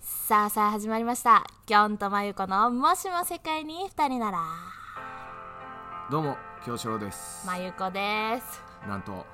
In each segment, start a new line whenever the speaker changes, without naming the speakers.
さあさあ始まりましたきょんとまゆこのもしも世界に二人なら
どうも京志郎です、
まゆこです
なんと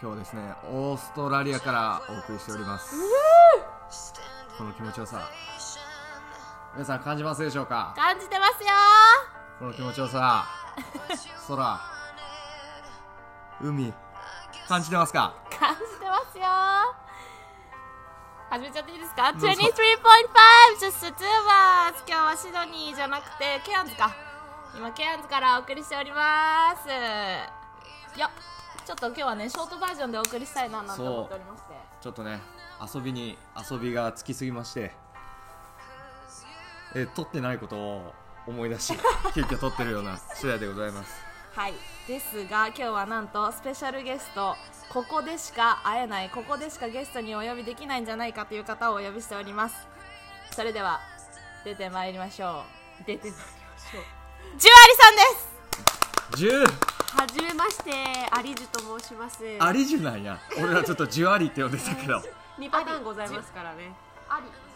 今日はですねオーストラリアからお送りしておりますこの気持ちよさ皆さん感じますでしょうか
感じてますよ
この気持ちよさ空海感じてますか
ー感じてますよー始めちゃっていいですか
うぞ
?23.5! Just the two of us! 今日はシドニーじゃなくてケアンズか今ケアンズからお送りしておりますいやちょっと今日はねショートバージョンでお送りしたいななんて思っておりまして
ちょっとね遊びに遊びがつきすぎましてえ撮ってないことを思い出し急遽撮ってるような次第でございます
はい、ですが今日はなんとスペシャルゲストここでしか会えないここでしかゲストにお呼びできないんじゃないかという方をお呼びしておりますそれでは出てまいりましょう出てまいりましょうジュアリさんです
10
はじめまして、アリジュと申します。
ありじゅなんや俺らちょっとじゅわりって呼んでたけど
二パターンございますからね。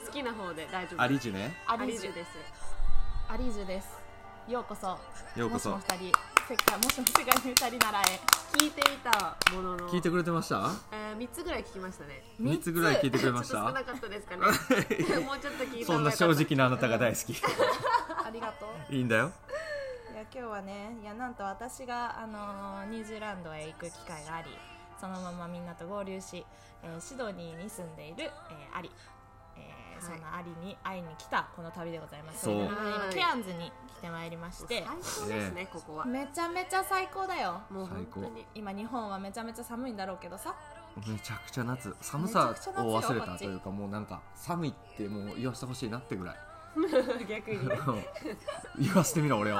好きな方で大丈夫。
ありじゅね
ア
アリジュです。
アリージュですようこそ
ようこそ
もしも二人世界もしも世界に二人ならえ
聞いていたものの、
聞いてくれてました
えー三つぐらい聞きましたね。
3つぐらい聞いてくれまし
ちょっと少な
た
かったですかね。もう ちょっと聞いた
そ
方
んな
がよかった
正。直なあなたが大好き
ありがとう
いいんだよ
いや今日はねいやなんと私が、あのーニュージーランドへ行く機会がありそのままみんなと合流し、えーシドニーに住んでいる、えーアリ、えー
はい
そのアリに会いに来たこの旅でございます
そう
れからね
は
今
い
ケアンズに来てまいりまして
最高ですね、ここは。
めちゃめちゃ最高だよ
もう本当に。
今日本はめちゃめちゃ寒いんだろうけどさ
めちゃくちゃ夏寒さを
めちゃくちゃ夏
忘
よ
れ
こったち
というかもうなんか寒いってもう言わせてほしいなってぐらい
逆に。
うん言わせてみろ俺を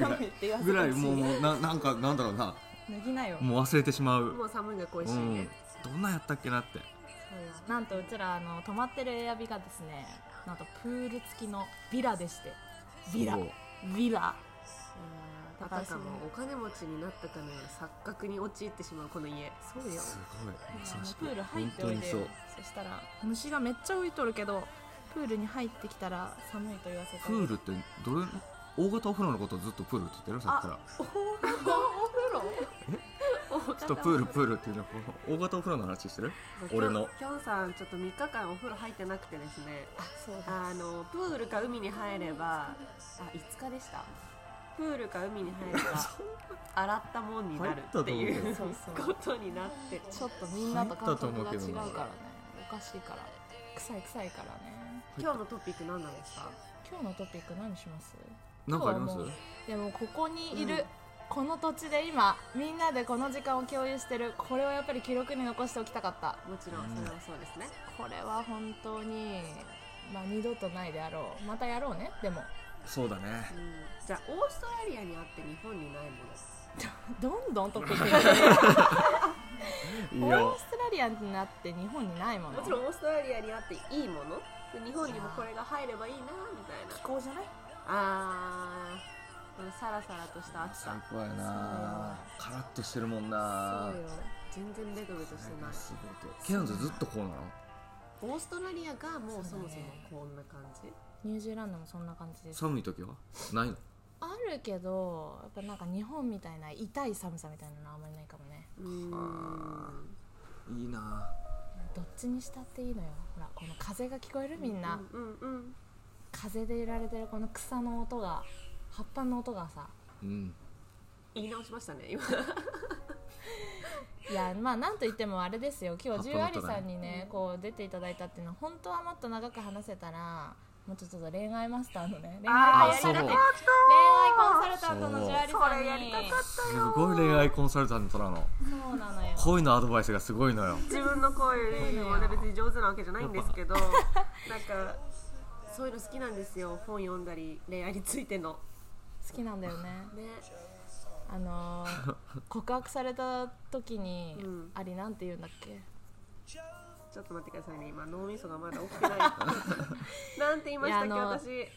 寒いって言わせ
ぐ
て
らい
ほしい
もうもうななんかなんだろうな
脱ぎなよ
もう忘れてしまう
もう寒いが恋し
う
い
ん
ね。
どんなんやったっけなって
なんとうちらあの泊まってるエアビがですねなんとプール付きのビラでしてビラ
そう
ビラ
いやーただかもお金持ちになったかのような錯覚に陥ってしまうこの家。そう よ。
すごいまさしく
プール入っておいでよ
本
そしたら虫がめっちゃ浮いとるけどプールに入ってきたら寒いと言わせて
当にそうプールってどれ大型お風呂のことをずっとプールって言ってるさっきから
お風呂
ちょっとプールプールっていうのはこの大型お風呂の話してる俺の
きょんさんちょっと3日間お風呂入ってなくてですね
あそうだ
あのプールか海に入ればあ5日でしたプールか海に入れば洗ったもんになるってい
入
う
った
と思うけど
ことになって
ちょっとみんなと感覚が違うから
入ったと思うけど
ねおかしいから臭い臭いからね
今日のトピック何なんですか
今日のトピック何します
なんかあります
今日はもうでもここにいる、この土地で今みんなでこの時間を共有してるこれはやっぱり記録に残しておきたかった
もちろんそれはそうですね、
これは本当にまあ二度とないであろうまたやろうねでも
そうだね
うんじゃあオーストラリアにあって日本にないもの
どんどんトピックが出てくる
いい
オー
よ
ストラリアになって日本にないもの
もちろんオーストラリアにあっていいもの日本にもこれが入ればいいなみたいな
気候じゃない
あーこのサラサラとした暑
最
さ
高やなカラッとしてるもんな
そうよ
全然ベトベトしてない
すごいケアンズずっとこうなの
オーストラリアがもうそもそもこんな感じ
ニュージーランドもそんな感じです
寒い時はないの
あるけどやっぱなんか日本みたいな痛い寒さみたいなのはあんまりないかもね
うーん
いいな
どっちにしたっていいのよほらこの風が聞こえるみんな、
うんうんうん
風で揺られてるこの草の音が葉っぱの音がさ
うん
言い直しましたね今
いやまあなんといってもあれですよ今日十
葉
ア
っぱ
リ
の音だね
さんにねこう出ていただいたっていうのは本当はもっと長く話せたらもうちょっと恋愛マスターのね恋愛
あ
コン
そ
サ
う
ルタント恋愛コンサルタントの
そう
十アリさんに
それやりたかっ
すごい恋愛コンサルタントなの
そうなのよ
恋のアドバイスがすごいのよ
自分の声よりもね別に上手なわけじゃないんですけどなん かそういうの好きなんですよ本読んだり恋愛についての
好きなんだよね
ね
あのー告白された時に
うん
アリなんて言うんだっけ
ちょっと待ってくださいね今脳みそがまだ起き てないなんて言いましたっけ
いやあの
私え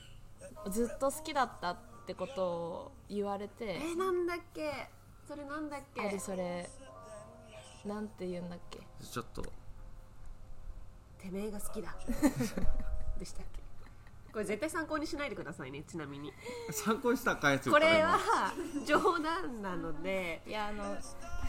ずっと好きだったってことを言われて
なんだっけそれなんだっけ
アリそれなんて言うんだっけ
ちょっと
てめえが 好きだでしたっけこれ絶対参考にしないでくださいねちなみに
参考にしたかやつ
これは冗談なので
いやあの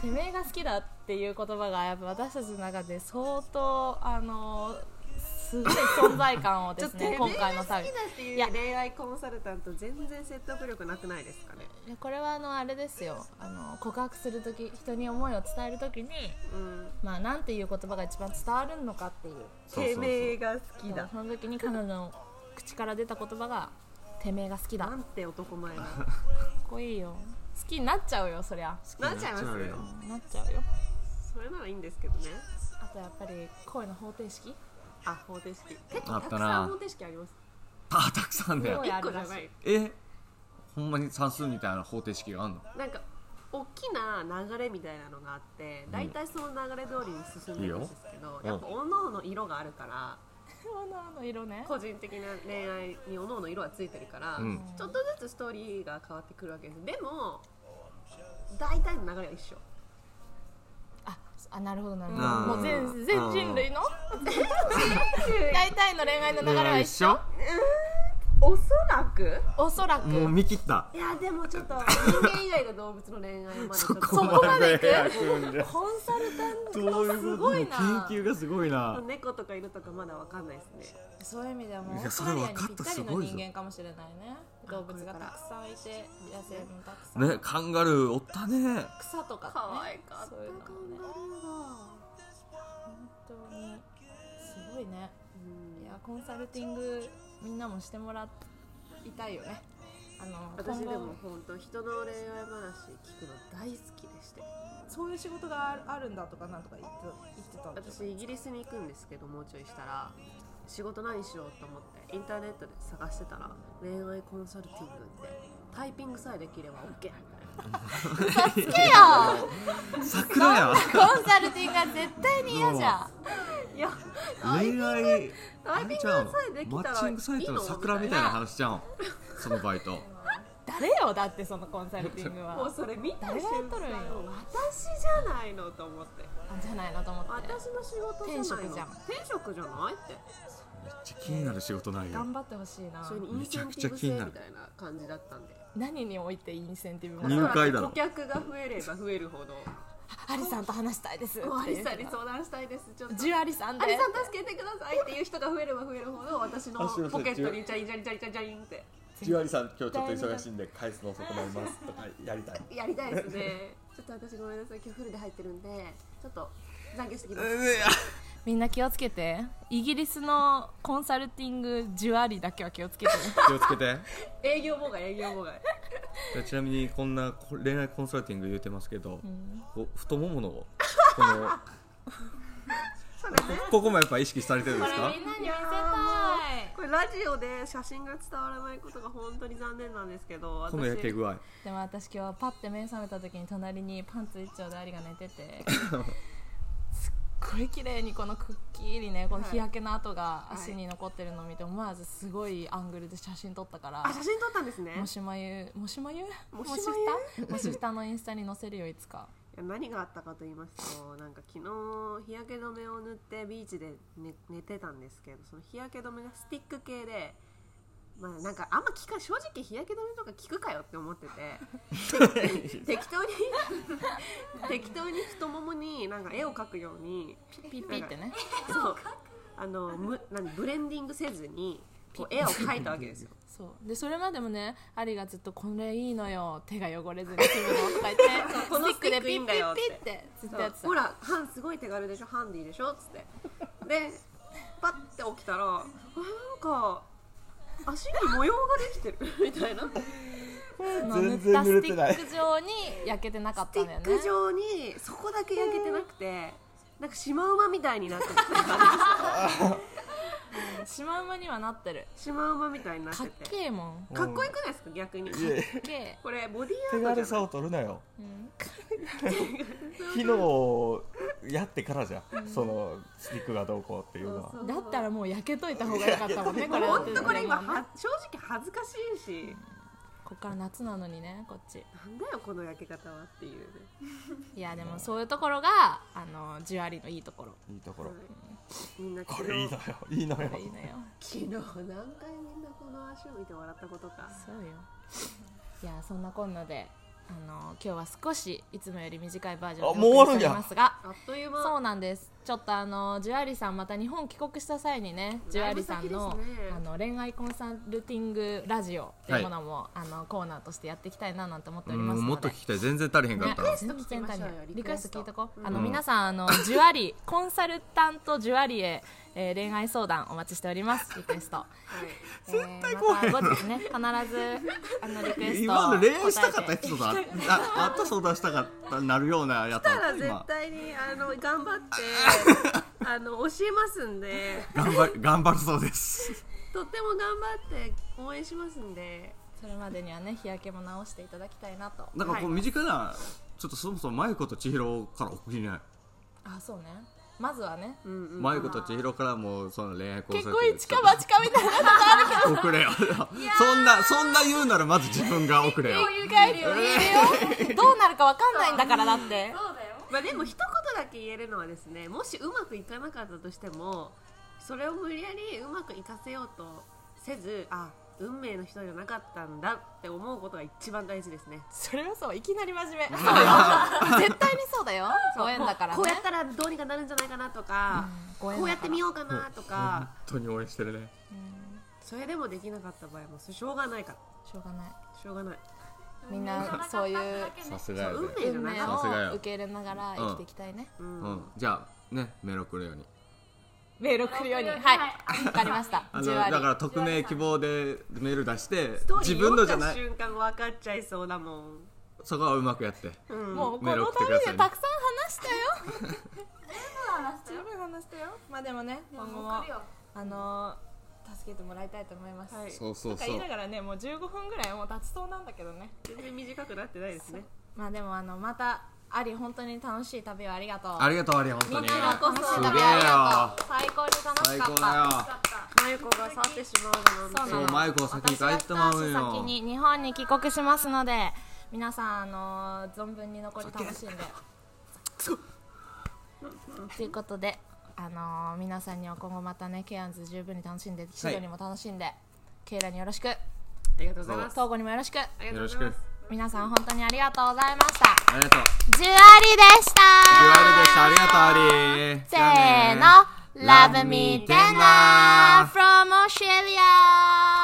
てめえが好きだっていう言葉がやっぱ私たちの中で相当あのすごい存在感を ですね今回の
好
旅
きだっていう恋愛コンサルタント全然説得力なくないですかね
いやこれはあのあれですよあの告白する時人に思いを伝える時に
うん
まあなんていう言葉が一番伝わるのかっていう
そうそう
て
そう
めえが好きだ
その時に彼女の口から出た言葉が「てめえが好きだ」
な
か
んて男前 な
っこいいよ好きになっちゃうよそりゃ
なっちゃいますよ
なっちゃうよ
なっちゃうよ
それならいいんですけどね
あとやっぱり声の方程式
あ方程 式結
あ
構
ったたな
くさん方程式あります
あたくさんだよ
すごいあ
一
る
個
らしい
じゃない
えほんまに算数みたいな方程式があんの
なんか大きな流れみたいなのがあって大体その流れ通りに進んでいくんですけど、
いいよ
やっぱおのおの色があるから
あのあの色ね
個人的な恋愛におのおの色はついてるから、
うん
ちょっとずつストーリーが変わってくるわけですでも大体の流れは一緒
ああなるほどなるほど
あー
もう全全人類の大体の恋愛の流れは一緒
おそらく
おそらく
もう見切った
いやでも ちょっと人間以外の動物の恋愛までちょっと
こまで行く
行く
コンサルタント
どういうこと
すごいな
もう研究がすごいな
猫とか犬とかまだわかんないですね
そういう意味ではもうオ
い
ー
や
スト
そ
ラ
れ
リア
分
に
か
ぴ
った
ったり
す
の
ごいぞ
人間かもしれないね動物がたくさんいて野生もたくさん、
ねカンガルーおったね
草とかね
可愛かった
そういうのもね本当にすごいねいやコンサルティングみんなもしてもらいたいよねあの
私で
今後
も本当人の恋愛話聞くの大好きでして
そういう仕事があるあるんだとかなんとか言って言ってたんですよ
私イギリスに行くんですけどもうちょいしたら仕事何しようと思ってインターネットで探してたら恋愛コンサルティングってタイピングさえできれば OK
好きよ
桜や
コンサルティングは絶対に嫌じゃん
いや
恋愛
タイピングさえできたらいいの
マッチングサイトの桜みたいな話じゃんそのバイト
誰よだってそのコンサルティングは
もうそれ見た
誰がやっとるんよ
私じゃないのと思って
あじゃないのと思って
私の仕事じゃない
転
の
職じゃん
転職じゃないって
めっちゃ気になる仕事内容
頑張ってほしいな
それにインセンティブ制みたいな感じだったんで
何においてインセンティブも
入会だろ
顧客が増えれば増えるほど
あアリさんと話したいですって
もうアリさんに
10
相談したいですちょっと
アリさんで
アリさん助けてくださいっていう人が増えれば増えるほど私のポケットにジャリジャリジャリジャリジャリンって
十割さん今日ちょっと忙しいんで返すの遅くなりますとかやりたい
やりたいですねちょっと私ごめんなさい今日フルで入ってるんでちょっと残業してきます
みんな気をつけてイギリスのコンサルティング10アリだけは気をつけて
気をつけて
営業妨害営業妨害
でちなみにこんなこ恋愛コンサルティング言うてますけど、こう太もものこのこここもやっぱ意識されてるんですか
なに見
やーもうこれラジオで写真が伝わらないことが本当に残念なんですけど私
この焼け具合
でも私今日パッて目覚めた時に隣にパンツ一丁でアリが寝ててすっごい綺麗にこのくっきりねこの日焼けの跡が足に残ってるのを見て思わずすごいアングルで写真撮ったから
あ写真撮ったんですね
もしまゆもしまゆ
もし
もしふ
ま
たもしふたのインスタに載せるよいつか
いや何があったかと言いますとなんか昨日日焼け止めを塗ってビーチで寝寝てたんですけどその日焼け止めがスティック系で。まあ、なんかあんま効か正直日焼け止めとか効くかよって思ってて 適当に適当に太ももになんか絵を描くように
ピッピってね
そうあのむなんブレンディングせずにこう絵を描いたわけですよ
そうでそれまでもねアリがずっと「これいいのよ手が汚れずに済むの」とか言って
このスティック
ピ
いい
ッ
ん
ピ
だよ
ッ
っ
ピ
て
ッってずっとやってた
ほらハンすごい手軽でしょハンディでしょっつってでパッて起きたらあなんか足に模様ができてる みたいな
その塗ったスティック状に焼けてなかっ
テ
た
ィ
んだよ
ッ
ね
ク状にそこだけ焼けてなくてなんかシマウマみたいになって る
シマウマにはなってる
シマウマみたいになっ
か
て
ってけえもん
かっこよくないですか逆に
かっけえ
これボディ
手
アー
軽
トじゃ
さ
ない
を取るなよ
うん
昨日やってからじゃんそのスティックがどうこうっていうのは
そう
だったらもう焼けといた方がよかったもんねこれ
ほんとこれ今
こ
は正直恥ずかしいし
っから夏なのにねこっち
なんだよこの焼け方はっていうね
いやでもそういうところがあのジュアリのいいところ
いいところ
みんな
こ
昨
れいい
日
のよいいのよ
いいのよ
昨日何回みんなこの足を見て笑ったことか
そうよいやそんなこんなであの今日は少しいつもより短いバージョンで
あもう終わるん
お送りして
や
おりますが
あっという間
そうなんですちょっとあのジュアリさんまた日本帰国した際にねジュアリさんの,、
だいぶ先ですね
あの恋愛コンサルティングラジオっていうものも、あのコーナーとしてやっていきたいななんて思っておりますので
もっと聞きたい全然足りへんかったな、
ね全然足りないリ
リ
ク
ク
エ
エ
ス
ス
ト
ト
聞いとこう、
うん
あの皆さんあのジュアリコンサルタントジュアリへ、えー恋愛相談お待ちしておりますリクエスト絶対
来へん
また後日ね必ずあのリクエスト
今の恋愛したかった
答え
エ
て
ピソードあああった相談したかったなるようなやつ
た
あ
ら
った
絶
今
対にあの頑張って あの教えますんで
頑張り頑張るそうです
とっても頑張って応援しますんで
それまでにはね日焼けも直していただきたいなと
なんかこう
はい
身近なちょっとそもそも舞子と千尋から送りない
あそうねまずはね
うんうん
舞子と千尋からもうその恋愛交
結
際
構一か八かみたいな
送れよそんなそんな言うならまず自分が送れよ
余裕があるよ言えるよどうなるかわかんないんだからだって
まあでも一言だけ言えるのはですねもしうまくいかなかったとしてもそれを無理やりうまくいかせようとせずあ運命の人じゃなかったんだって思うことが一番大事ですね
それはそういきなり真面目絶対に そうだよご縁だからね
こうやったらどうにかなるんじゃないかなとか、
うん
こうやってみようかなとか、
本当に応援してるね
それでもできなかった場合もそれしょうがないから
しょうがない
しょうがない
みんなそういう
さすがやで
運命じゃ
運
ない
命
さすが
を
よ
受け入れながら生きていきたいね、
うん
うんじゃあねメール送るように
メール送るようにはいわかりました
あの
10割
だから匿名希望でメール出して
ストーリ
自
ー
分のじゃ
読ん
な
だ
い
瞬間分かっちゃいそうだもん、
そこはうまくやって
うん、
もうこ
メール
の
送
た
ってく
め
ださい
に
ね
たくさん話したよ十分話したよまあでもね今後もあのー助けてもらいたいと思います、
はい
そうそう
とか
そ
言いうながらねもう15分ぐらいもう経ちそうなんだけどね
全然短くなってないですね
まあでもあのまたアリ本当に楽しい旅をありがとう
ありがとうありがとう
みん
本当
なのこ
に
そ
す
旅
げえ
あ
よ
りがとう最高に楽し
最
かっ
高
た
だ
まゆこが去ってしまうだなんて
そうマイコ先に帰ってまうよ
私が一足先に日本に帰国しますので皆さんあのー存分に残り楽しんでということであのー皆さんには今後またねケアンズ十分に楽しんでシドニーも楽しんで、ケイラによろしく
ありがとうございます
東郷にもよろしく
あり
よよ
がとう
ろ
ご
し
ざい
く
ます
皆さん本当にありがとうございました
ありがとう
ジュアリでした
ジュアルでしたありがとうアリ
せーの Love me tender from Australia